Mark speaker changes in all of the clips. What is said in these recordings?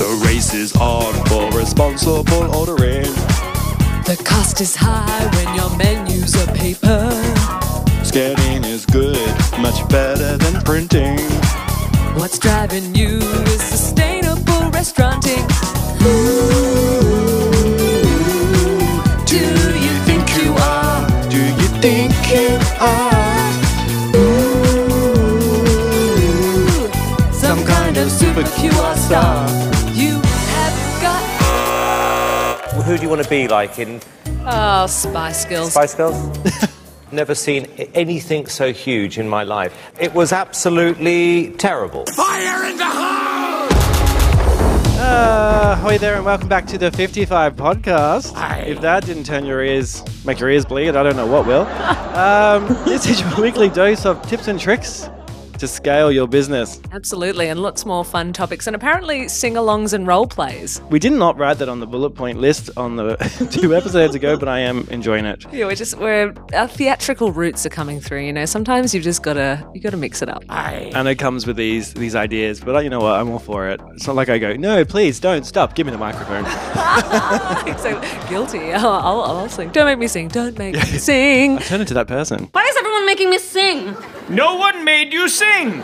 Speaker 1: The race is on for responsible ordering.
Speaker 2: The cost is high when your menus are paper.
Speaker 1: Scanning is good, much better than printing.
Speaker 2: What's driving you is sustainable restauranting. Do you think you are?
Speaker 1: Do you think you are
Speaker 2: Some kind of super QR star. You have got
Speaker 3: Who do you want to be like in
Speaker 2: oh, Spice Girls.
Speaker 3: Spice Girls? Never seen a- anything so huge in my life. It was absolutely terrible.
Speaker 4: Fire in the hole!
Speaker 5: Uh, hi there, and welcome back to the 55 podcast.
Speaker 4: Hi.
Speaker 5: If that didn't turn your ears, make your ears bleed, I don't know what will. Um, this is your weekly dose of tips and tricks to scale your business.
Speaker 2: Absolutely, and lots more fun topics, and apparently sing alongs and role plays.
Speaker 5: We did not write that on the bullet point list on the two episodes ago, but I am enjoying it.
Speaker 2: Yeah, we're just we're our theatrical roots are coming through. You know, sometimes you've just gotta you gotta mix it up.
Speaker 5: And it comes with these these ideas, but uh, you know what? I'm all for it. It's not like I go, no, please don't stop. Give me the microphone.
Speaker 2: so guilty. I'll, I'll, I'll sing. Don't make me sing. Don't make me sing.
Speaker 5: Turn into that person.
Speaker 6: Why is everyone making me sing?
Speaker 4: No one made you sing!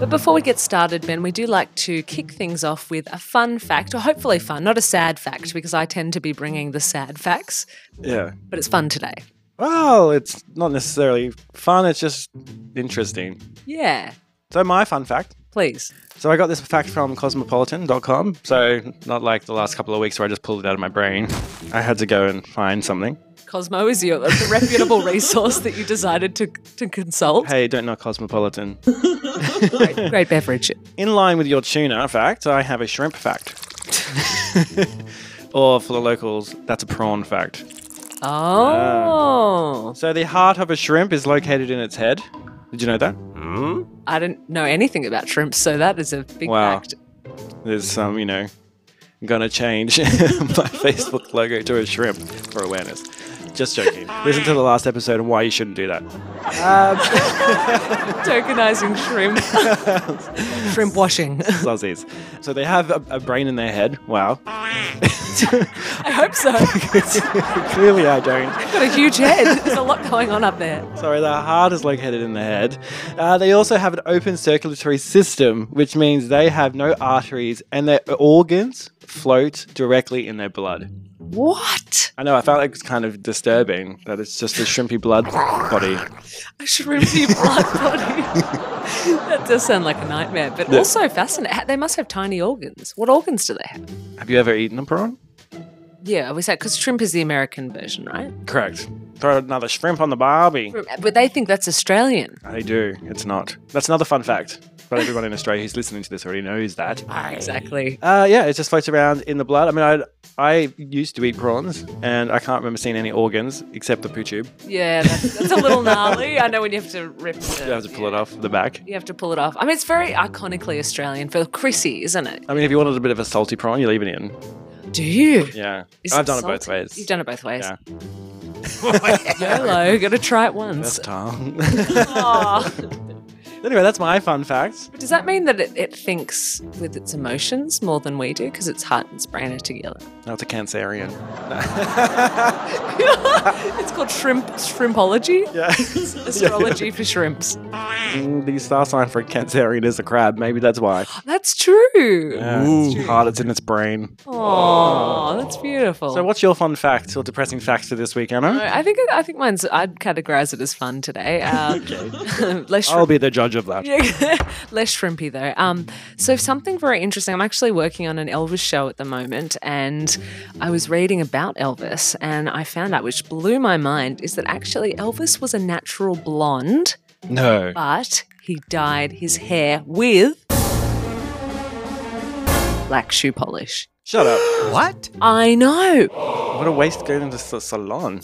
Speaker 2: But before we get started, Ben, we do like to kick things off with a fun fact, or hopefully fun, not a sad fact, because I tend to be bringing the sad facts.
Speaker 5: Yeah.
Speaker 2: But it's fun today.
Speaker 5: Well, it's not necessarily fun. It's just interesting.
Speaker 2: Yeah,
Speaker 5: So my fun fact.
Speaker 2: please.
Speaker 5: So I got this fact from cosmopolitan.com. So not like the last couple of weeks where I just pulled it out of my brain. I had to go and find something.
Speaker 2: Cosmo is your the reputable resource that you decided to to consult.
Speaker 5: Hey, don't know cosmopolitan.
Speaker 2: Great beverage.
Speaker 5: In line with your tuna fact, I have a shrimp fact. or for the locals, that's a prawn fact.
Speaker 2: Oh,
Speaker 5: So the heart of a shrimp is located in its head. Did you know that?
Speaker 2: I didn't know anything about shrimp, so that is a big
Speaker 5: Wow.
Speaker 2: fact.
Speaker 5: There's some, you know, gonna change my Facebook logo to a shrimp for awareness. Just joking. Listen to the last episode and why you shouldn't do that.
Speaker 2: Tokenizing shrimp. shrimp washing.
Speaker 5: Zozzies. So they have a, a brain in their head. Wow.
Speaker 2: I hope so.
Speaker 5: Clearly I don't.
Speaker 2: Got a huge head. There's a lot going on up there.
Speaker 5: Sorry, the heart is located in the head. Uh, they also have an open circulatory system, which means they have no arteries and their organs float directly in their blood.
Speaker 2: What?
Speaker 5: I know, I felt like it's kind of disturbing that it's just a shrimpy blood body.
Speaker 2: A shrimpy blood body. that does sound like a nightmare, but also fascinating. They must have tiny organs. What organs do they have?
Speaker 5: Have you ever eaten a prawn?
Speaker 2: Yeah, we say because shrimp is the American version, right?
Speaker 5: Correct. Throw another shrimp on the barbie.
Speaker 2: But they think that's Australian.
Speaker 5: They do. It's not. That's another fun fact. But everyone in Australia who's listening to this already knows that.
Speaker 2: Exactly.
Speaker 5: Uh, yeah, it just floats around in the blood. I mean, I I used to eat prawns, and I can't remember seeing any organs except the poo tube.
Speaker 2: Yeah, that's, that's a little gnarly. I know when you have to rip. The,
Speaker 5: You have to pull it off the back.
Speaker 2: You have to pull it off. I mean, it's very iconically Australian for Chrissy, isn't it?
Speaker 5: I mean, if you wanted a bit of a salty prawn, you leave it in.
Speaker 2: Do you?
Speaker 5: Yeah,
Speaker 2: Is
Speaker 5: I've done
Speaker 2: salty?
Speaker 5: it both ways.
Speaker 2: You've done it both ways.
Speaker 5: Yeah.
Speaker 2: YOLO, gotta try it once.
Speaker 5: Tom.
Speaker 2: Aw.
Speaker 5: anyway, that's my fun fact.
Speaker 2: Does that mean that it, it thinks with its emotions more than we do? Because its heart and its brain are together.
Speaker 5: That's a cancerian.
Speaker 2: It's called shrimp shrimpology.
Speaker 5: Yeah.
Speaker 2: Astrology for shrimps.
Speaker 5: Mm, the star sign for a cancerian is a crab. Maybe that's why.
Speaker 2: That's true.
Speaker 5: Yeah, it's hard. It's in its brain.
Speaker 2: Aw, that's beautiful.
Speaker 5: So, what's your fun fact or depressing fact for this week, Anna?
Speaker 2: I think I think mine's. I'd categorize it as fun today. Uh, less shrimp-
Speaker 5: I'll be the judge of that.
Speaker 2: Yeah, less shrimpy though. Um, so something very interesting. I'm actually working on an Elvis show at the moment, and I was reading about Elvis, and I found out, which blew my mind, is that actually Elvis was a natural blonde,
Speaker 5: No.
Speaker 2: but he dyed his hair with black shoe polish.
Speaker 5: Shut up.
Speaker 4: What?
Speaker 2: I know.
Speaker 5: What a waste going into the salon.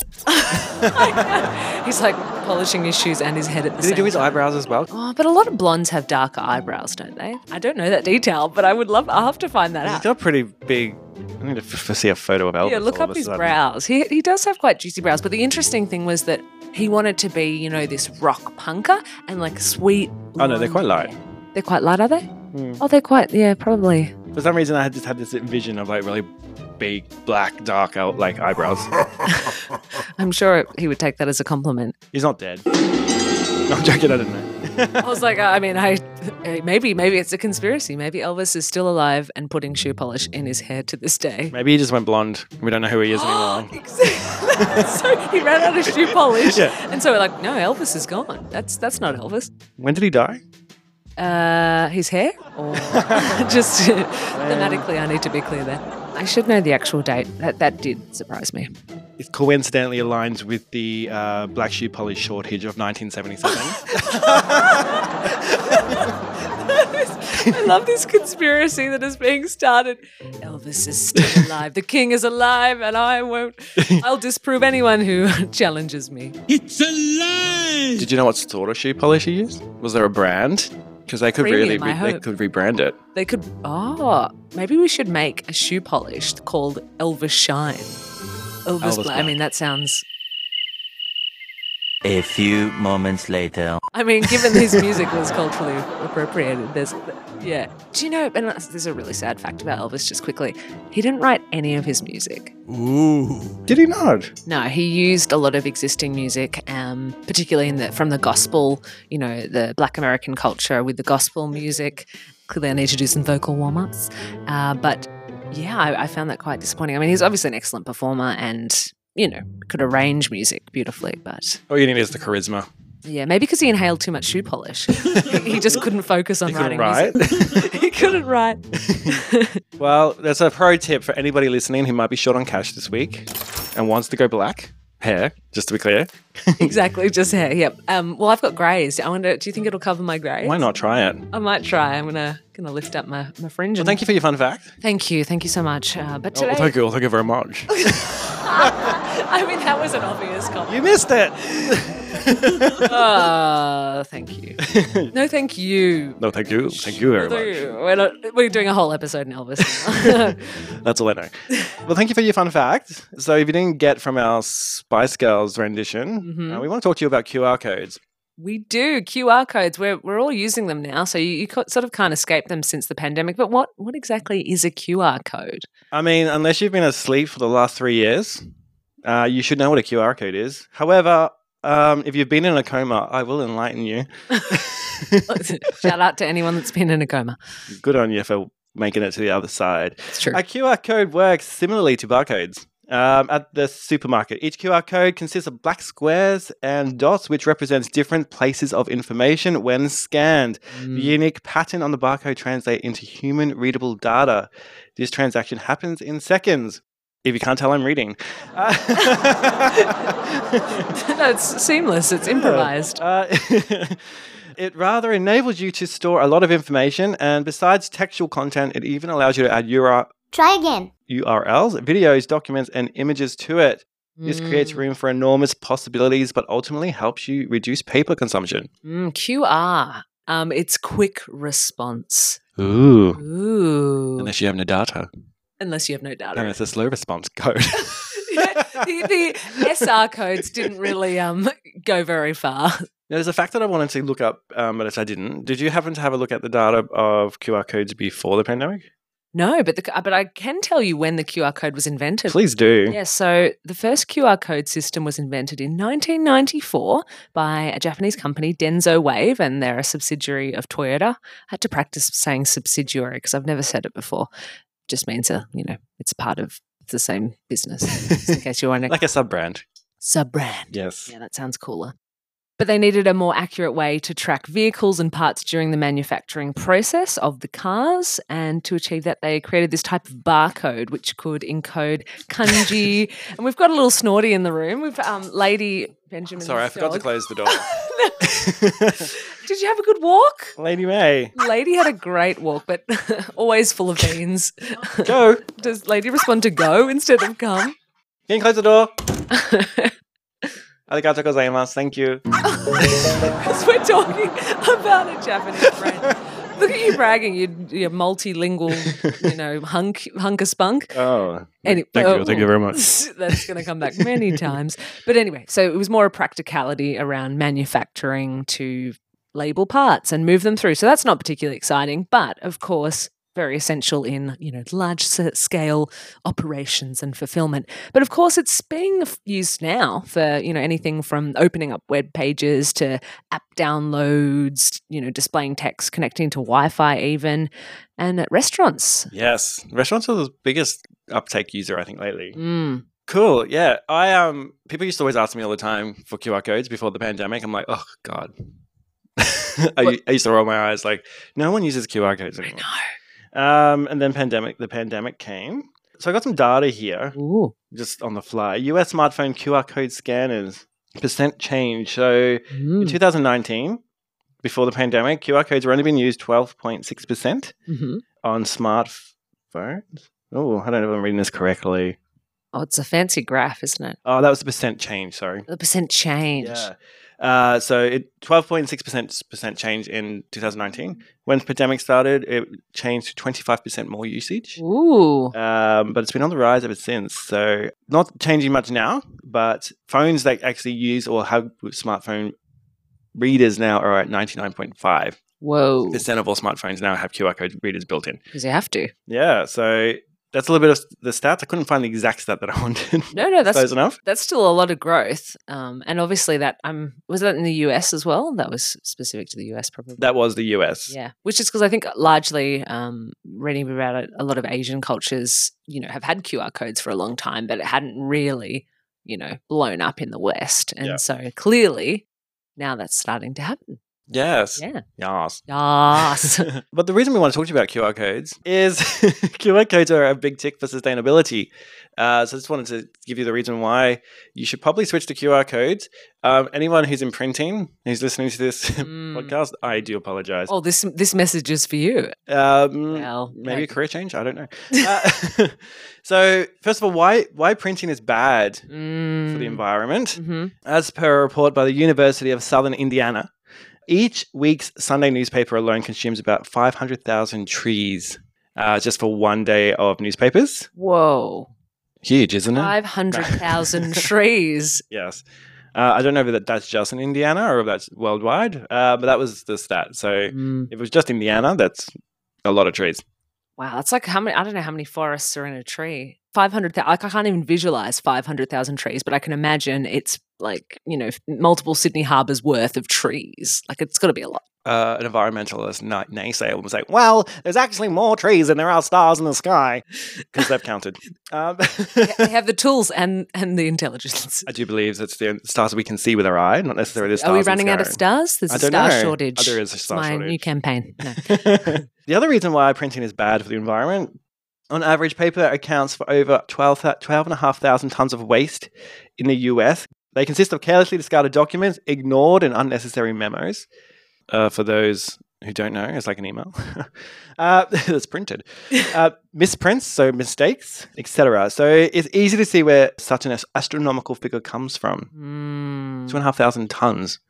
Speaker 2: He's like polishing his shoes and his head at the
Speaker 5: Did he
Speaker 2: same
Speaker 5: do his
Speaker 2: time.
Speaker 5: eyebrows as well?
Speaker 2: Oh, but a lot of blondes have darker eyebrows, don't they? I don't know that detail, but I would love. I'll have to find that out.
Speaker 5: He's got pretty big. I need to f- f- see a photo of Elvis.
Speaker 2: Yeah, look
Speaker 5: all of
Speaker 2: up
Speaker 5: a
Speaker 2: his
Speaker 5: sudden.
Speaker 2: brows. He, he does have quite juicy brows, but the interesting thing was that he wanted to be, you know, this rock punker and like sweet.
Speaker 5: Oh no, Hmm. they're
Speaker 2: blonde
Speaker 5: quite light.
Speaker 2: hair. They're quite light, are they? Oh, they're quite, yeah, probably.
Speaker 5: For some reason, I had just had this vision of like really big, black, dark out like eyebrows.
Speaker 2: I'm sure he would take that as a compliment.
Speaker 5: He's not dead. No, I'm joking. I don't know.
Speaker 2: I was like, uh, I mean, I eh, maybe maybe it's a conspiracy. Maybe Elvis is still alive and putting shoe polish in his hair to this day.
Speaker 5: Maybe he just went blonde. We don't know who he is anymore.
Speaker 2: so he ran out of shoe polish, and so we're like, no, Elvis is gone. That's that's not Elvis.
Speaker 5: When did he die?
Speaker 2: Uh, his hair, or just thematically, I need to be clear there. I should know the actual date. That that did surprise me.
Speaker 5: It coincidentally aligns with the uh, black shoe polish shortage of 1977.
Speaker 2: I love this conspiracy that is being started. Elvis is still alive. The king is alive, and I won't. I'll disprove anyone who challenges me.
Speaker 5: did you know what sort of shoe polish he used? Was there a brand? Because they could
Speaker 2: Premium,
Speaker 5: really
Speaker 2: I
Speaker 5: re- they
Speaker 2: hope.
Speaker 5: could rebrand it.
Speaker 2: They could. Oh, maybe we should make a shoe polish called Elvis Shine. Elvis,
Speaker 5: Elvis
Speaker 2: Black. I mean, that sounds.
Speaker 7: A few moments later.
Speaker 2: I mean, given his music was culturally appropriated, there's. Yeah. Do you know? And this is a really sad fact about Elvis. Just quickly, he didn't write any of his music.
Speaker 5: Did he not?
Speaker 2: No, he used a lot of existing music, um, particularly in the, from the gospel, you know, the black American culture with the gospel music. Clearly, I need to do some vocal warm ups. Uh, but yeah, I, I found that quite disappointing. I mean, he's obviously an excellent performer and, you know, could arrange music beautifully. But
Speaker 5: All you need is the charisma.
Speaker 2: yeah, maybe because he inhaled too much shoe polish, he, he just couldn't focus on writing
Speaker 5: Right?
Speaker 2: music. he couldn't write.
Speaker 5: well, that's a pro tip for anybody listening who might be short on cash this week and wants to go black hair, just to be clear.
Speaker 2: exactly, just hair. Yep. Um, well, I've got greys. I wonder, do you think it'll cover my greys?
Speaker 5: Why not try it?
Speaker 2: I might try. I'm gonna gonna lift up my my fringe.
Speaker 5: Well, thank you for your fun fact.
Speaker 2: Thank you. Thank you so much. Uh, but
Speaker 5: Oh, Well,
Speaker 2: today,
Speaker 5: thank you. Well, thank you very much.
Speaker 2: I mean, that was an obvious comment.
Speaker 5: you missed it.
Speaker 2: Uh, thank you. no, thank you.
Speaker 5: No, thank you. Thank you very much.
Speaker 2: We're, not, we're doing a whole episode in Elvis.
Speaker 5: That's all I know. well, thank you for your fun fact. So, if you didn't get from our Spice Girls rendition,
Speaker 2: Mm-hmm.
Speaker 5: uh, we want to talk to you about QR codes.
Speaker 2: we do QR codes. We're we're all using them now, so you, you ca- sort of can't escape them since the pandemic. But what what exactly is a QR code?
Speaker 5: I mean, unless you've been asleep for the last three years, uh, you should know what a QR code is. However, um, if you've been in a coma, I will enlighten you.
Speaker 2: Shout out to anyone that's been in a coma.
Speaker 5: Good on you for making it to the other side.
Speaker 2: It's true.
Speaker 5: A QR code works similarly to barcodes. Um, at the supermarket, each QR code consists of black squares and dots, which represents different places of information when scanned. The unique pattern on the barcode translates into human readable data. This transaction happens in seconds. If you can't tell, I'm reading.
Speaker 2: no, it's seamless. It's improvised.
Speaker 5: Uh, it rather enables you to store a lot of information, and besides textual content, it even allows you to add URL.
Speaker 8: Try again.
Speaker 5: URLs, videos, documents, and images to it. This creates room for enormous possibilities, but ultimately helps you reduce paper consumption.
Speaker 2: Mm, QR. Um, it's quick response.
Speaker 5: Ooh.
Speaker 2: Ooh.
Speaker 5: Unless you have no data.
Speaker 2: Unless you have no data.
Speaker 5: And it's a slow response code.
Speaker 2: the, the SR codes didn't really um, go very far.
Speaker 5: now, there's a fact that I wanted to look up, um, but I didn't. Did you happen to have a look at the data of QR codes before the pandemic?
Speaker 2: No, but the, but I can tell you when the QR code was invented.
Speaker 5: Please do.
Speaker 2: Yeah, so the first QR code system was invented in 1994 by a Japanese company, Denso Wave, and they're a subsidiary of Toyota. I had to practice saying subsidiary because I've never said it before. Just means a you know it's part of it's the same business. just in case you're wondering,
Speaker 5: Like a sub brand.
Speaker 2: sub brand.
Speaker 5: Yes.
Speaker 2: Yeah, that sounds cooler. But they needed a more accurate way to track vehicles and parts during the manufacturing process of the cars. And to achieve that, they created this type of barcode, which could encode kanji. and we've got a little snorty in the room. We've um, Lady Benjamin.
Speaker 5: Sorry, I forgot to close the door.
Speaker 2: Did you have a good walk?
Speaker 5: Lady May,
Speaker 2: Lady had a great walk, but always full of beans.
Speaker 5: go.
Speaker 2: Does Lady respond to go instead of come?
Speaker 5: Can you close the door? Arigato gozaimasu. Thank you.
Speaker 2: Because we're talking about a Japanese brand. Look at you bragging, you, you multilingual, you know, hunk, hunk of spunk.
Speaker 5: Oh.
Speaker 2: Any-
Speaker 5: Thank you. Thank you very much.
Speaker 2: That's going to come back many times. But anyway, so it was more a practicality around manufacturing to label parts and move them through. So that's not particularly exciting, but of course, very essential in you know large s- scale operations and fulfillment. But of course, it's being f- used now for you know anything from opening up web pages to app downloads, you know, displaying text, connecting to Wi-Fi, even, and at restaurants.
Speaker 5: Yes, restaurants are the biggest uptake user I think lately.
Speaker 2: Mm.
Speaker 5: Cool. Yeah, I um people used to always ask me all the time for QR codes before the pandemic. I'm like, oh god. I, I used to roll my eyes like no one uses QR codes anymore. Um, and then pandemic, the pandemic came. So I got some data here
Speaker 2: Ooh.
Speaker 5: just on the fly. US smartphone QR code scanners percent change. So in
Speaker 2: Mm.
Speaker 5: 2019, before the pandemic, QR codes were only being used 12.6 percent
Speaker 2: Mhm.
Speaker 5: on smartphones. Oh, I don't know if I'm reading this correctly.
Speaker 2: Oh, it's a fancy graph, isn't it?
Speaker 5: Oh, that was the percent change. Sorry.
Speaker 2: The percent change.
Speaker 5: Yeah. Uh, so it 12.6% percent change in 2019. When the pandemic started, it changed to 25% more usage.
Speaker 2: Ooh.
Speaker 5: Um, but it's been on the rise ever since. So not changing much now, but phones that actually use or have smartphone readers now are at 99.5%
Speaker 2: Whoa.
Speaker 5: of all smartphones now have QR code readers built in.
Speaker 2: Because you have to.
Speaker 5: Yeah. So that's a little bit of the stats. I couldn't find the exact stat that I wanted.
Speaker 2: No, no, that's
Speaker 5: Close enough.
Speaker 2: that's still a lot of growth. Um, and obviously that um was that in the US as well? That was specific to the US probably.
Speaker 5: That was the US.
Speaker 2: yeah, which is because I think largely um, reading about it, a lot of Asian cultures, you know, have had QR codes for a long time, but it hadn't really, you know, blown up in the West. And
Speaker 5: Yeah.
Speaker 2: so clearly now that's starting to happen.
Speaker 5: Yes.
Speaker 2: Yeah.
Speaker 5: Yes.
Speaker 2: Yes.
Speaker 5: but the reason we want to talk to you about QR codes is QR codes are a big tick for sustainability. Uh, so I just wanted to give you the reason why you should probably switch to QR codes. Um, anyone who's in printing, who's listening to this
Speaker 2: Mm.
Speaker 5: podcast, I do apologize.
Speaker 2: Oh, this this message is for you.
Speaker 5: Um,
Speaker 2: Well,
Speaker 5: maybe a
Speaker 2: like-
Speaker 5: career change. I don't know. Uh, so first of all, why why printing is bad for the environment?
Speaker 2: hmm
Speaker 5: As per a report by the University of Southern Indiana, each week's Sunday newspaper alone consumes about 500,000 trees uh, just for one day of newspapers.
Speaker 2: Whoa.
Speaker 5: Huge, isn't it?
Speaker 2: 500,000 trees.
Speaker 5: Yes. Uh, I don't know if that, that's just in Indiana or if that's worldwide, uh, but that was the stat. So
Speaker 2: Mm.
Speaker 5: if it was just Indiana, that's a lot of trees.
Speaker 2: Wow, that's like how many? I don't know how many forests are in a tree. Five hundred thousand. Like I can't even visualize five hundred thousand trees, but I can imagine it's like you know multiple Sydney Harbour's worth of trees. Like it's got to be a lot.
Speaker 5: Uh, an environmentalist na- naysayer was like, well, there's actually more trees than there are stars in the sky because they've counted. Um,
Speaker 2: they have the tools and and the intelligence.
Speaker 5: I do believe that's the stars we can see with our eye, not necessarily the stars.
Speaker 2: Are we
Speaker 5: in the
Speaker 2: running out of
Speaker 5: sky.
Speaker 2: stars? There's
Speaker 5: I
Speaker 2: a
Speaker 5: don't
Speaker 2: star
Speaker 5: know.
Speaker 2: shortage.
Speaker 5: Oh, there is a
Speaker 2: It's
Speaker 5: star
Speaker 2: my new
Speaker 5: shortage.
Speaker 2: campaign. No.
Speaker 5: the other reason why printing is bad for the environment, on average, paper accounts for over 12, 12,500 tons of waste in the US. They consist of carelessly discarded documents, ignored and unnecessary memos. Uh, for those who don't know, it's like an email uh, that's printed. Uh, misprints, so mistakes, etc. So it's easy to see where such an astronomical figure comes from.
Speaker 2: Mm.
Speaker 5: Two and a half thousand tons.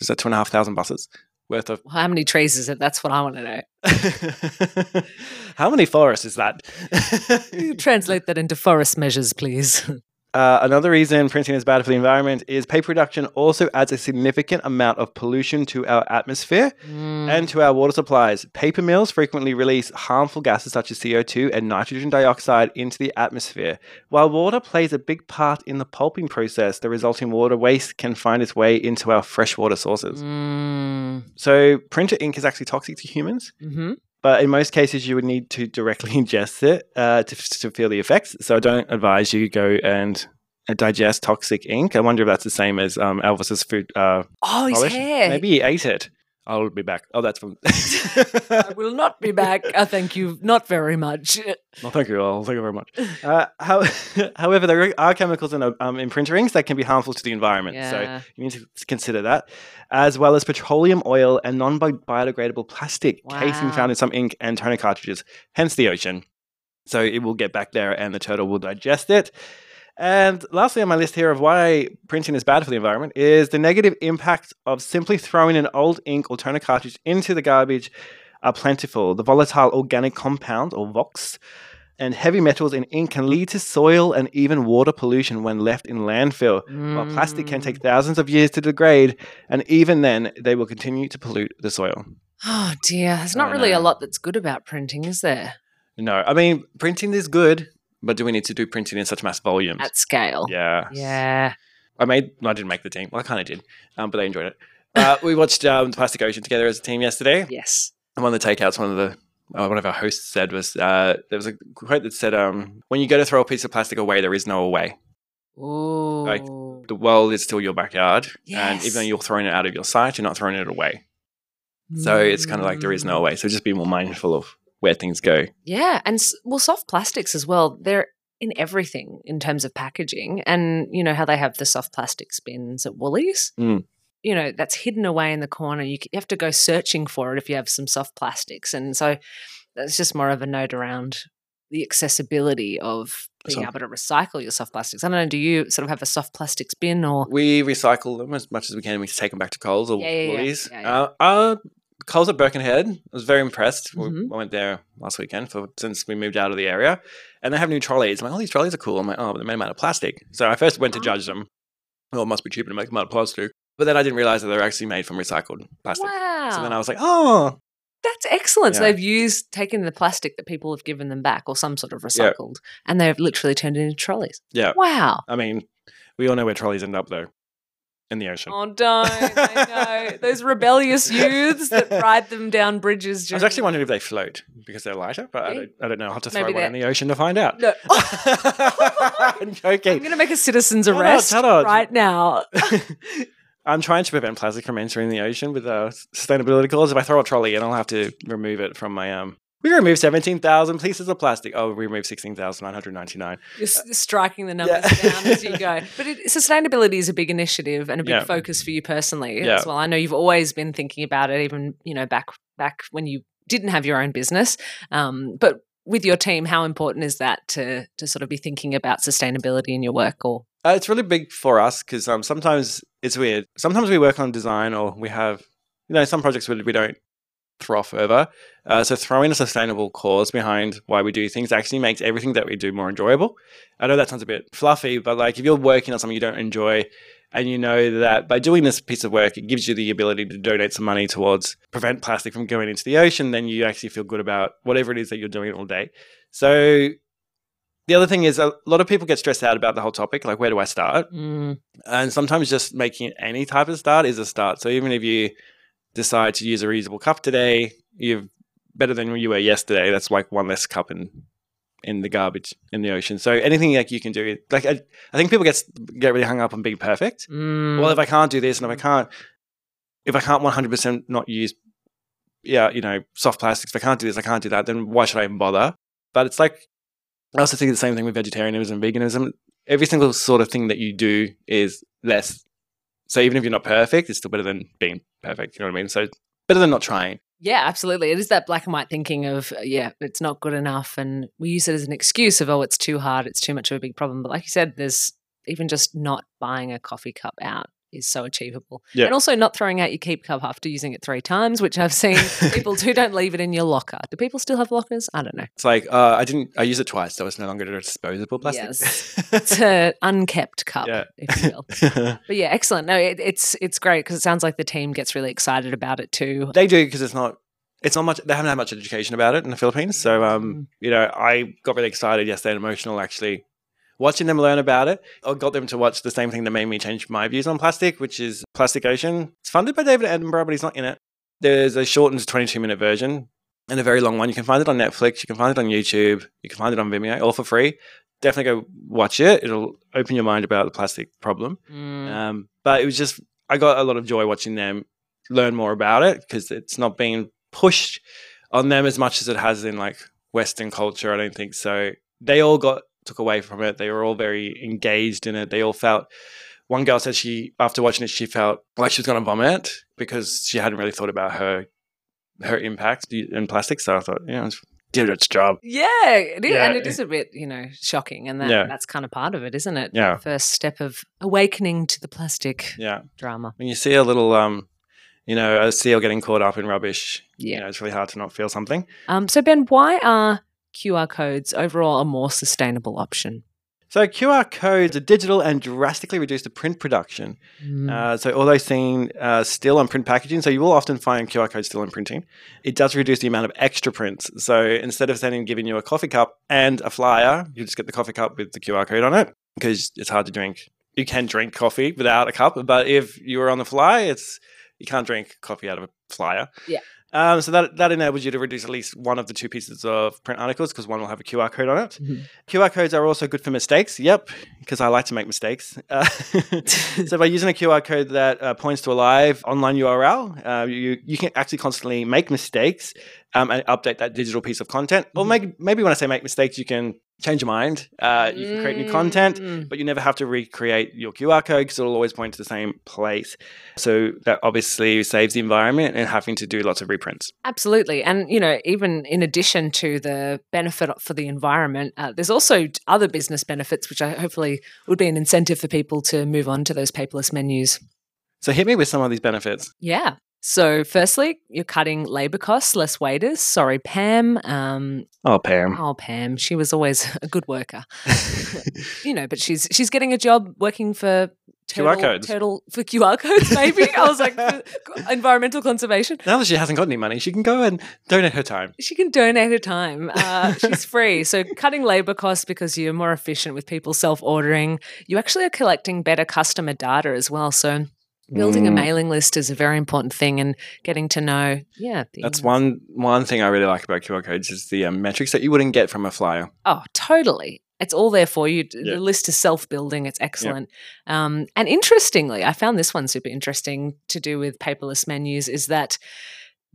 Speaker 5: Is that two and a half thousand buses worth of
Speaker 2: How many trees is it? That's what I want to know.
Speaker 5: How many forests is that?
Speaker 2: Translate that into forest measures, please.
Speaker 5: uh, another reason printing is bad for the environment is paper production also adds a significant amount of pollution to our atmosphere
Speaker 2: Mm.
Speaker 5: and to our water supplies. Paper mills frequently release harmful gases such as CO2 and nitrogen dioxide into the atmosphere. While water plays a big part in the pulping process, the resulting water waste can find its way into our freshwater sources.
Speaker 2: Mm.
Speaker 5: So, printer ink is actually toxic to humans.
Speaker 2: hmm
Speaker 5: but in most cases you would need to directly ingest it uh, to, to feel the effects so i don't advise you go and uh, digest toxic ink i wonder if that's the same as um, elvis's food uh,
Speaker 2: Oh, his
Speaker 5: polish
Speaker 2: hair.
Speaker 5: maybe he ate it i'll be back oh that's from
Speaker 2: I will not be back. I thank you not very much.
Speaker 5: well, thank you all thank you very much uh, how, however there are chemicals in, um, in printer inks that can be harmful to the environment so You need to consider that, as well as petroleum oil and non biodegradable plastic casein
Speaker 2: Wow.
Speaker 5: found in some ink and toner cartridges, hence the ocean. So it will get back there and the turtle will digest it. And lastly, on my list here of why printing is bad for the environment is the negative impact of simply throwing an old ink or toner cartridge into the garbage are plentiful. The volatile organic compound, or VOX, and heavy metals in ink can lead to soil and even water pollution when left in landfill. While plastic can take thousands of years to degrade, and even then, they will continue to pollute the soil.
Speaker 2: Oh dear, there's not
Speaker 5: I
Speaker 2: really a
Speaker 5: know.
Speaker 2: lot that's good about printing, is there?
Speaker 5: No, I mean, printing is good, but do we need to do printing in such mass volumes?
Speaker 2: At scale.
Speaker 5: yeah.
Speaker 2: Yeah.
Speaker 5: I made, no, I didn't make the team. Well, I kind of did, um, but I enjoyed it. Uh, we watched um, Plastic Ocean together as a team yesterday.
Speaker 2: Yes.
Speaker 5: And one of the takeouts, one of the uh, one of our hosts said was uh, there was a quote that said, um, "When you go to throw a piece of plastic away, there is no away.
Speaker 2: Ooh.
Speaker 5: The world is still your backyard, and
Speaker 2: Yes.
Speaker 5: even though you're throwing it out of your sight, you're not throwing it away. So it's kind of like there is no
Speaker 2: Mm.
Speaker 5: away. So just be more mindful of where things go.
Speaker 2: Yeah, and s- well, soft plastics as well. They're in everything in terms of packaging, and you know how they have the soft plastics bins at Woolies.
Speaker 5: Mm.
Speaker 2: You know that's hidden away in the corner. You, c- you have to go searching for it if you have some soft plastics, and so that's just more of a note around the accessibility of being
Speaker 5: So-
Speaker 2: able to recycle your soft plastics. I don't know. Do you sort of have a soft plastics bin or?
Speaker 5: We recycle them as much as we can. We take them back to Coles or
Speaker 2: Yeah, yeah, yeah.
Speaker 5: Woolies.
Speaker 2: Yeah, yeah.
Speaker 5: Uh, uh, Coles at Birkenhead. I was very impressed. We-
Speaker 2: Mhm.
Speaker 5: I went there last weekend for since we moved out of the area, and they have new trolleys. I'm like, oh, these trolleys are cool. I'm like, oh, but they're made out of plastic. So I first went to
Speaker 2: Ah.
Speaker 5: judge them. Well, it must be cheaper to make them out of plastic. But then I didn't realize that they were actually made from recycled plastic.
Speaker 2: Wow,
Speaker 5: So then I was like, oh,
Speaker 2: that's excellent. So
Speaker 5: Yeah.
Speaker 2: they've used taken the plastic that people have given them back or some sort of
Speaker 5: Yeah.
Speaker 2: recycled, and they've literally turned it into trolleys.
Speaker 5: yeah.
Speaker 2: Wow.
Speaker 5: I mean, we all know where trolleys end up though, in the ocean.
Speaker 2: Oh, don't. I know. Those rebellious youths that ride them down bridges.
Speaker 5: I was actually wondering if they float because they're lighter, but I
Speaker 2: Yeah.
Speaker 5: don't, I don't know. I'll have to throw
Speaker 2: Maybe
Speaker 5: one in
Speaker 2: they're-
Speaker 5: the ocean to find out.
Speaker 2: No.
Speaker 5: I'm
Speaker 2: I'm
Speaker 5: joking.
Speaker 2: going to make a citizen's
Speaker 5: Shut up,
Speaker 2: arrest
Speaker 5: shut up.
Speaker 2: right now.
Speaker 5: I'm trying to prevent plastic from entering the ocean with uh, sustainability clause. If I throw a trolley in, I'll have to remove it from my um. We removed seventeen thousand pieces of plastic. Oh, we removed sixteen thousand nine hundred ninety nine.
Speaker 2: You're s- striking the numbers
Speaker 5: Yeah.
Speaker 2: down as you go. But it, sustainability is a big initiative and a big
Speaker 5: Yeah.
Speaker 2: focus for you personally
Speaker 5: Yeah.
Speaker 2: as well. I know you've always been thinking about it, even you know back back when you didn't have your own business. Um, but with your team, how important is that to to sort of be thinking about sustainability in your work or
Speaker 5: Uh, it's really big for us because um, sometimes it's weird. Sometimes we work on design or we have, you know, some projects we, we don't throw off over. Uh, so throwing a sustainable cause behind why we do things actually makes everything that we do more enjoyable. I know that sounds a bit fluffy, but like if you're working on something you don't enjoy and you know that by doing this piece of work, it gives you the ability to donate some money towards prevent plastic from going into the ocean, then you actually feel good about whatever it is that you're doing all day. So the other thing is a lot of people get stressed out about the whole topic, like where do I start?
Speaker 2: Mm,
Speaker 5: And sometimes just making any type of start is a start. So even if you decide to use a reusable cup today, you're better than you were yesterday. That's like one less cup in in the garbage in the ocean. So anything like you can do, like I, I think people get get really hung up on being perfect.
Speaker 2: Mm.
Speaker 5: Well, if I can't do this, and if I can't, if I can't 100% not use, yeah, you know, soft plastics, if I can't do this, I can't do that, then why should I even bother? But it's like, I also think the same thing with vegetarianism, veganism. Every single sort of thing that you do is less. So even if you're not perfect, it's still better than being perfect. You know what I mean? So better than not trying.
Speaker 2: Yeah, absolutely. It is that black and white thinking of, uh, yeah, it's not good enough. And we use it as an excuse of, oh, it's too hard. It's too much of a big problem. But like you said, there's even just not buying a coffee cup out is so achievable.
Speaker 5: Yeah.
Speaker 2: And also not throwing out your keep cup after using it three times, which I've seen people do don't leave it in your locker. Do people still have lockers? I don't know.
Speaker 5: It's like, uh, I didn't, I use it twice, so it's no longer a disposable plastic.
Speaker 2: It's an unkept cup,
Speaker 5: Yeah.
Speaker 2: if you will. But yeah, excellent. No, it, it's it's great because it sounds like the team gets really excited about it too.
Speaker 5: They do because it's not. It's not much. They haven't had much education about it in the Philippines. So, um, you know, I got really excited yesterday and emotional actually watching them learn about it. I got them to watch the same thing that made me change my views on plastic, which is Plastic Ocean. It's funded by David Attenborough, but he's not in it. There's a shortened 22 minute version and a very long one. You can find it on Netflix. You can find it on YouTube. You can find it on Vimeo, all for free. Definitely go watch it. It'll open your mind about the plastic problem.
Speaker 2: Mm.
Speaker 5: Um, but it was just, I got a lot of joy watching them learn more about it because it's not being pushed on them as much as it has in like Western culture. I don't think so. They all got took away from it. They were all very engaged in it. They all felt. One girl said she, after watching it, she felt like she was going to vomit because she hadn't really thought about her her impact in plastic. So I thought, yeah, it was- did its job.
Speaker 2: Yeah, it is, and
Speaker 5: Yeah.
Speaker 2: it is a bit, you know, shocking, and that,
Speaker 5: Yeah.
Speaker 2: that's kind of part of it, isn't it?
Speaker 5: Yeah.
Speaker 2: First step of awakening to the plastic
Speaker 5: Yeah,
Speaker 2: drama.
Speaker 5: when you see a little, um, you know, a seal getting caught up in rubbish,
Speaker 2: Yeah.
Speaker 5: you know, it's really hard to not feel something.
Speaker 2: Um. So Ben, why are QR codes overall a more sustainable option?
Speaker 5: So QR codes are digital and drastically reduce the print production. Uh, so although seen uh, still on print packaging, so you will often find QR codes still in printing. It does reduce the amount of extra prints. So instead of sending giving you a coffee cup and a flyer, you just get the coffee cup with the QR code on it because it's hard to drink. You can drink coffee without a cup, but if you were on the fly, it's you can't drink coffee out of a flyer.
Speaker 2: Yeah.
Speaker 5: Um, so that that enables you to reduce at least one of the two pieces of print articles because one will have a QR code on it. QR codes are also good for mistakes. Yep, because I like to make mistakes. Uh, so by using a QR code that uh, points to a live online URL, uh, you you can actually constantly make mistakes um, and update that digital piece of content. Or make, maybe when I say make mistakes, you can change your mind. Uh, you can create new content, but you never have to recreate your QR code because it'll always point to the same place. So that obviously saves the environment and having to do lots of reprints.
Speaker 2: Absolutely. And, you know, even in addition to the benefit for the environment, uh, there's also other business benefits, which I hopefully would be an incentive for people to move on to those paperless menus.
Speaker 5: So hit me with some of these benefits.
Speaker 2: Yeah. So, firstly, you're cutting labor costs, less waiters. Sorry, Pam. Um,
Speaker 5: Oh, Pam.
Speaker 2: oh, Pam. She was always a good worker, you know. But she's she's getting a job working for turtle,
Speaker 5: QR codes.
Speaker 2: Turtle for QR codes, maybe. I was like, for environmental conservation.
Speaker 5: Now that she hasn't got any money, she can go and donate her time.
Speaker 2: She can donate her time. Uh, she's free. So, cutting labor costs because you're more efficient with people self ordering. You actually are collecting better customer data as well. So, building a
Speaker 5: Mm.
Speaker 2: mailing list is a very important thing and getting to know, yeah. the
Speaker 5: That's
Speaker 2: emails.
Speaker 5: one one thing I really like about QR codes is the um, metrics that you wouldn't get from a flyer.
Speaker 2: Oh, totally. It's all there for you.
Speaker 5: Yeah.
Speaker 2: The list is self building. It's excellent. Um, and interestingly, I found this one super interesting to do with paperless menus is that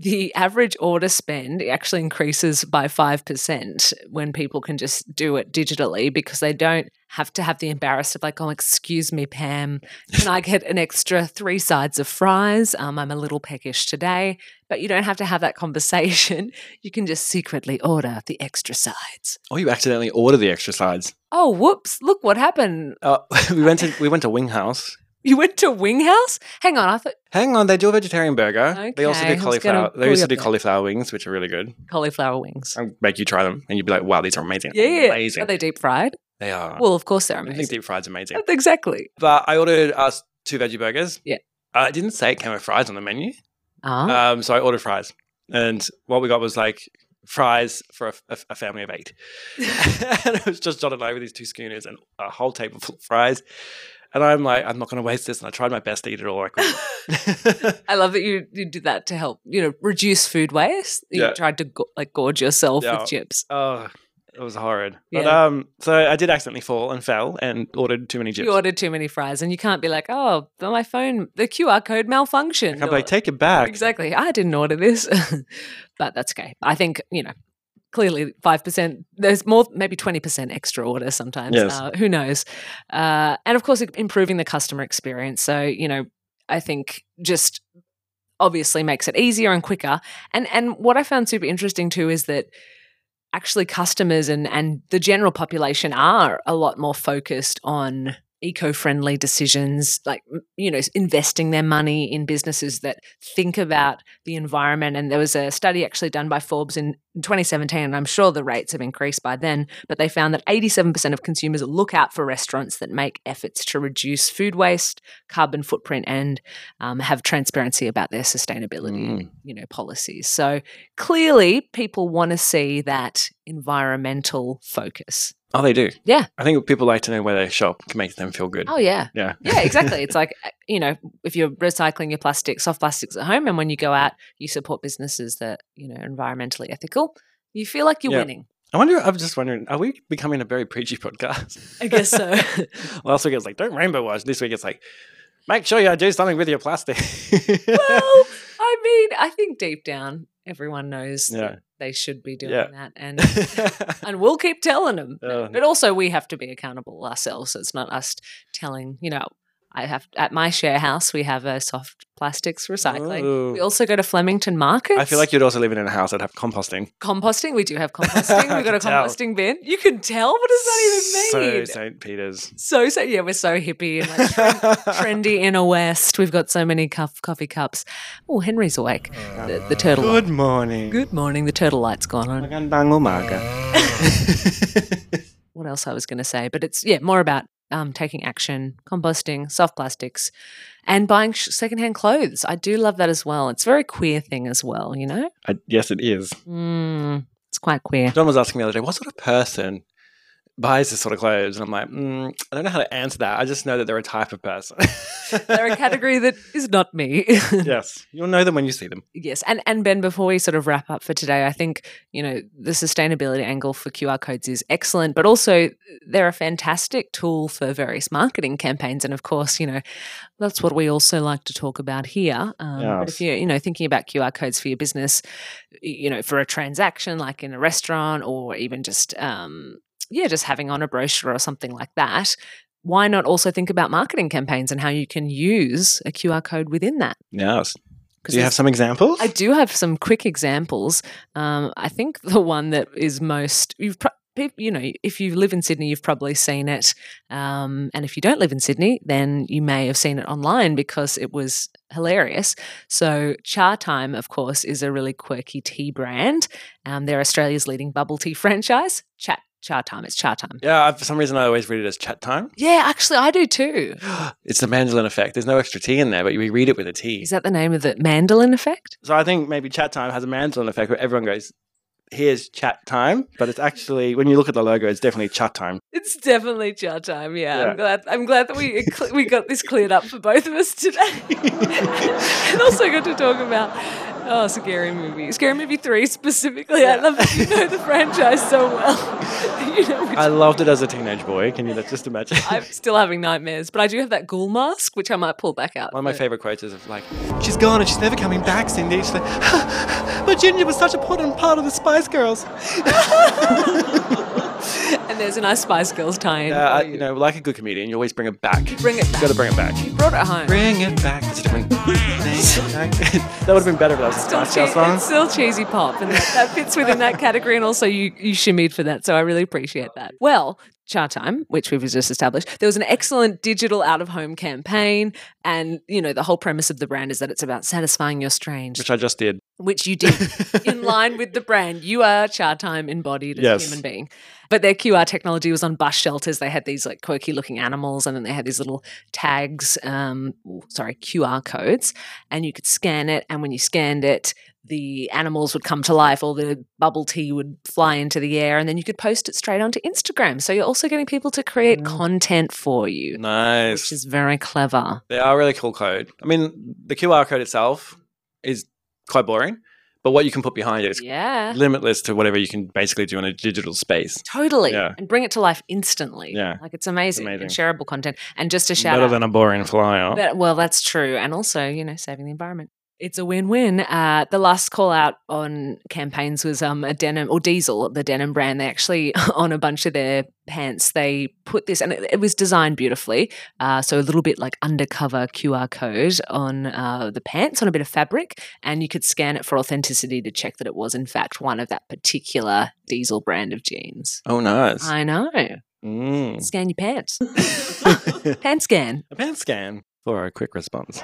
Speaker 2: the average order spend actually increases by 5% when people can just do it digitally because they don't have to have the embarrassment of like, oh, excuse me, Pam, can I get an extra three sides of fries? Um, I'm a little peckish today. But you don't have to have that conversation. You can just secretly order the extra sides.
Speaker 5: Or you accidentally order the extra sides.
Speaker 2: Oh, whoops. Look what happened.
Speaker 5: Uh, we went to we went to Wing House.
Speaker 2: You went to Wing House? Hang on. I thought
Speaker 5: Hang on, they do a vegetarian burger. they also
Speaker 2: Okay, I
Speaker 5: do
Speaker 2: was
Speaker 5: cauliflower.
Speaker 2: gonna
Speaker 5: They
Speaker 2: pull
Speaker 5: also
Speaker 2: you
Speaker 5: do
Speaker 2: up there.
Speaker 5: cauliflower wings, which are really good.
Speaker 2: cauliflower wings.
Speaker 5: I make you try them, and you'd be like, "Wow, these are amazing!
Speaker 2: Yeah, yeah.
Speaker 5: amazing!
Speaker 2: Are they deep fried?
Speaker 5: They are.
Speaker 2: Well, of course they're
Speaker 5: I think
Speaker 2: amazing.
Speaker 5: deep fried's amazing."
Speaker 2: Exactly.
Speaker 5: But I ordered us two veggie burgers.
Speaker 2: Yeah.
Speaker 5: Uh, it didn't say it came with fries on the menu,
Speaker 2: Ah,
Speaker 5: um, so I ordered fries, and what we got was like fries for a, a- a family of eight, and it was just John and I with these two schooners and a whole table full of fries. And I'm like, I'm not going to waste this, and I tried my best to eat it all I could.
Speaker 2: I love that you, you did that to help, you know, reduce food waste. You
Speaker 5: Yeah.
Speaker 2: tried to go- like gorge yourself
Speaker 5: Yeah.
Speaker 2: with chips.
Speaker 5: Oh, it was horrid. But
Speaker 2: Yeah.
Speaker 5: um, so I did accidentally fall and fell and ordered too many chips.
Speaker 2: You ordered too many fries and you can't be like, oh, but my phone, the QR code malfunctioned.
Speaker 5: I'm
Speaker 2: or-
Speaker 5: like, take it back.
Speaker 2: exactly. I didn't order this, but that's okay. I think, you know, clearly 5%, there's more, maybe 20% extra order sometimes.
Speaker 5: Yes.
Speaker 2: Uh, who knows? Uh, and of course, improving the customer experience. So, you know, I think just obviously makes it easier and quicker. And and what I found super interesting too is that actually customers and and the general population are a lot more focused on eco-friendly decisions like m- you know investing their money in businesses that think about the environment and there was a study actually done by Forbes in 2017 and I'm sure the rates have increased by then but they found that 87% of consumers look out for restaurants that make efforts to reduce food waste carbon footprint and um, have transparency about their sustainability
Speaker 5: Mm.
Speaker 2: and, you know policies so clearly people want to see that environmental focus
Speaker 5: Oh, they do.
Speaker 2: Yeah.
Speaker 5: I think people like to know where they shop can make them feel good.
Speaker 2: oh yeah
Speaker 5: Yeah.
Speaker 2: yeah, exactly. It's like, uh, you know, if you're recycling your plastic, soft plastics at home, and when you go out, you support businesses that, you know, are environmentally ethical, you feel like you're
Speaker 5: Yeah.
Speaker 2: winning.
Speaker 5: I wonder, I'm just wondering, are we becoming a very preachy podcast?
Speaker 2: I guess so.
Speaker 5: Last week it was like, don't rainbow wash. This week it's like, make sure you do something with your plastic.
Speaker 2: well, I mean, I think deep down, everyone knows
Speaker 5: Yeah.
Speaker 2: that they should be doing
Speaker 5: Yeah.
Speaker 2: that. And. And we'll keep telling them.
Speaker 5: Oh.
Speaker 2: But also, we have to be accountable ourselves. It's not us telling, you know, I have at my share house we have a soft plastics recycling.
Speaker 5: Ooh.
Speaker 2: We also go to Flemington Markets.
Speaker 5: I feel like you'd also live in a house that have composting.
Speaker 2: composting. We do have composting. We've got a
Speaker 5: can tell.
Speaker 2: composting bin. You can tell. What does that even mean?
Speaker 5: So St. Peter's.
Speaker 2: So so yeah, we're so hippie and like trend, trendy inner west. We've got so many cuff, coffee cups. Oh, Henry's awake. The, the turtle. Good.
Speaker 5: Good morning. Oh
Speaker 2: Good morning. The turtle light's gone on.
Speaker 5: Magandang umaga.
Speaker 2: What else I was going to say, but it's yeah, more about um, taking action, composting, soft plastics, and buying sh- secondhand clothes. I do love that as well. It's a very queer thing as well, you know.
Speaker 5: I, yes, it is.
Speaker 2: Mm, it's quite queer.
Speaker 5: John was asking me the other day, what sort of person buys this sort of clothes? And I'm like, mm, I don't know how to answer that. I just know that they're a type of person.
Speaker 2: They're a category that is not me.
Speaker 5: yes, you'll know them when you see them.
Speaker 2: Yes, and and Ben, before we sort of wrap up for today, I think you know the sustainability angle for QR codes is excellent, but also uh, they're a fantastic tool for various marketing campaigns, and of course, you know that's what we also like to talk about here. Um, But if
Speaker 5: Yes.
Speaker 2: you're you know thinking about QR codes for your business, y- you know for a transaction like in a restaurant or even just um, yeah, just having on a brochure or something like that. Why not also think about marketing campaigns and how you can use a QR code within that? 'Cause
Speaker 5: Yes. Do you
Speaker 2: there's-
Speaker 5: have some examples?
Speaker 2: I do have some quick examples. Um, I think the one that is most you've pro- peop- you know if you live in Sydney, you've probably seen it, um, and if you don't live in Sydney, then you may have seen it online because it was hilarious. So Char Time, of course, is a really quirky tea brand. Um, they're Australia's leading bubble tea franchise. Chat Char Time, it's Char Time.
Speaker 5: Yeah, I, for some reason I always read it as chat time.
Speaker 2: Yeah, actually, I do too.
Speaker 5: It's the mandolin effect. There's no extra T in there, but we read it with a T.
Speaker 2: Is that the name of the mandolin effect?
Speaker 5: So I think maybe chat time has a mandolin effect where everyone goes, here's chat time. But it's actually, when you look at the logo, it's definitely chat time.
Speaker 2: It's definitely jar time. Yeah,
Speaker 5: Yeah.
Speaker 2: I'm glad. I'm glad that we cl- we got this cleared up for both of us today, and also got to talk about oh, scary movie, scary movie three specifically. I love that you know the franchise so well. you know, which
Speaker 5: I loved it as a teenage boy. Can you just imagine?
Speaker 2: I'm still having nightmares, but I do have that ghoul mask, which I might pull back out.
Speaker 5: One of my favorite quotes is of like, "She's gone and she's never coming back, Cindy." She's like, "But Ginger was such an important part of the Spice Girls."
Speaker 2: and there's a nice Spice Girls tie-in.
Speaker 5: Uh, I-
Speaker 2: for
Speaker 5: you
Speaker 2: you.
Speaker 5: know, like a good comedian, you always bring it back.
Speaker 2: Bring it back.
Speaker 5: Got to bring it back.
Speaker 2: Brought it home.
Speaker 5: Bring it back. That's a different. that would have been better if that was a
Speaker 2: still,
Speaker 5: Spice
Speaker 2: che-
Speaker 5: Girls song.
Speaker 2: it's still cheesy pop, and that, that fits within that category. And also, you you shimmied for that, so I really appreciate that. Well, Char Time, which we've just established, there was an excellent digital out of home campaign, and you know the whole premise of the brand is that it's about satisfying your strange,
Speaker 5: Which I just did.
Speaker 2: which you did in line with the brand. You are Char Time embodied as
Speaker 5: Yes.
Speaker 2: a human being. But their QR technology was on bus shelters. They had these like quirky looking animals, and then they had these little tags, um, sorry, QR codes, and you could scan it. And when you scanned it, the animals would come to life, or the bubble tea would fly into the air, and then you could post it straight onto Instagram. So you're also getting people to create content for you,
Speaker 5: Mm. Nice.
Speaker 2: which is very clever.
Speaker 5: They are really cool code. I mean, the QR code itself is quite boring, but what you can put behind it is
Speaker 2: Yeah,
Speaker 5: limitless to whatever you can basically do in a digital space.
Speaker 2: totally,
Speaker 5: Yeah.
Speaker 2: and bring it to life instantly.
Speaker 5: Yeah.
Speaker 2: like it's amazing, and
Speaker 5: amazing.
Speaker 2: shareable content. And just a shout
Speaker 5: better
Speaker 2: out,
Speaker 5: than a boring flyer.
Speaker 2: That- well, that's true. And also, you know, saving the environment. It's a win-win. Uh, the last call out on campaigns was um, a denim or diesel, the denim brand. They actually on a bunch of their pants, they put this, and it, it was designed beautifully. Uh, so a little bit like undercover QR code on uh, the pants on a bit of fabric, and you could scan it for authenticity to check that it was in fact one of that particular diesel brand of jeans.
Speaker 5: oh, nice.
Speaker 2: I know.
Speaker 5: Mm.
Speaker 2: Scan your pants. Pant scan.
Speaker 5: A pan scan for a quick response.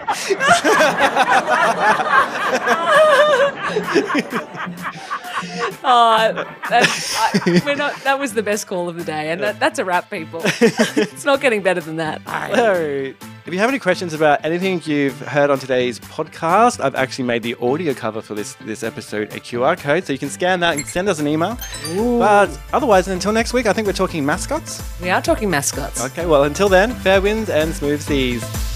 Speaker 2: Oh, that, I, we're not, that was the best call of the day, and that, that's a wrap, people. it's not getting better than that.
Speaker 5: So, if you have any questions about anything you've heard on today's podcast, I've actually made the audio cover for this this episode a QR code, so you can scan that and send us an email. But otherwise, until next week, I think we're talking mascots.
Speaker 2: We are talking mascots.
Speaker 5: Okay, well, until then, fair winds and smooth seas.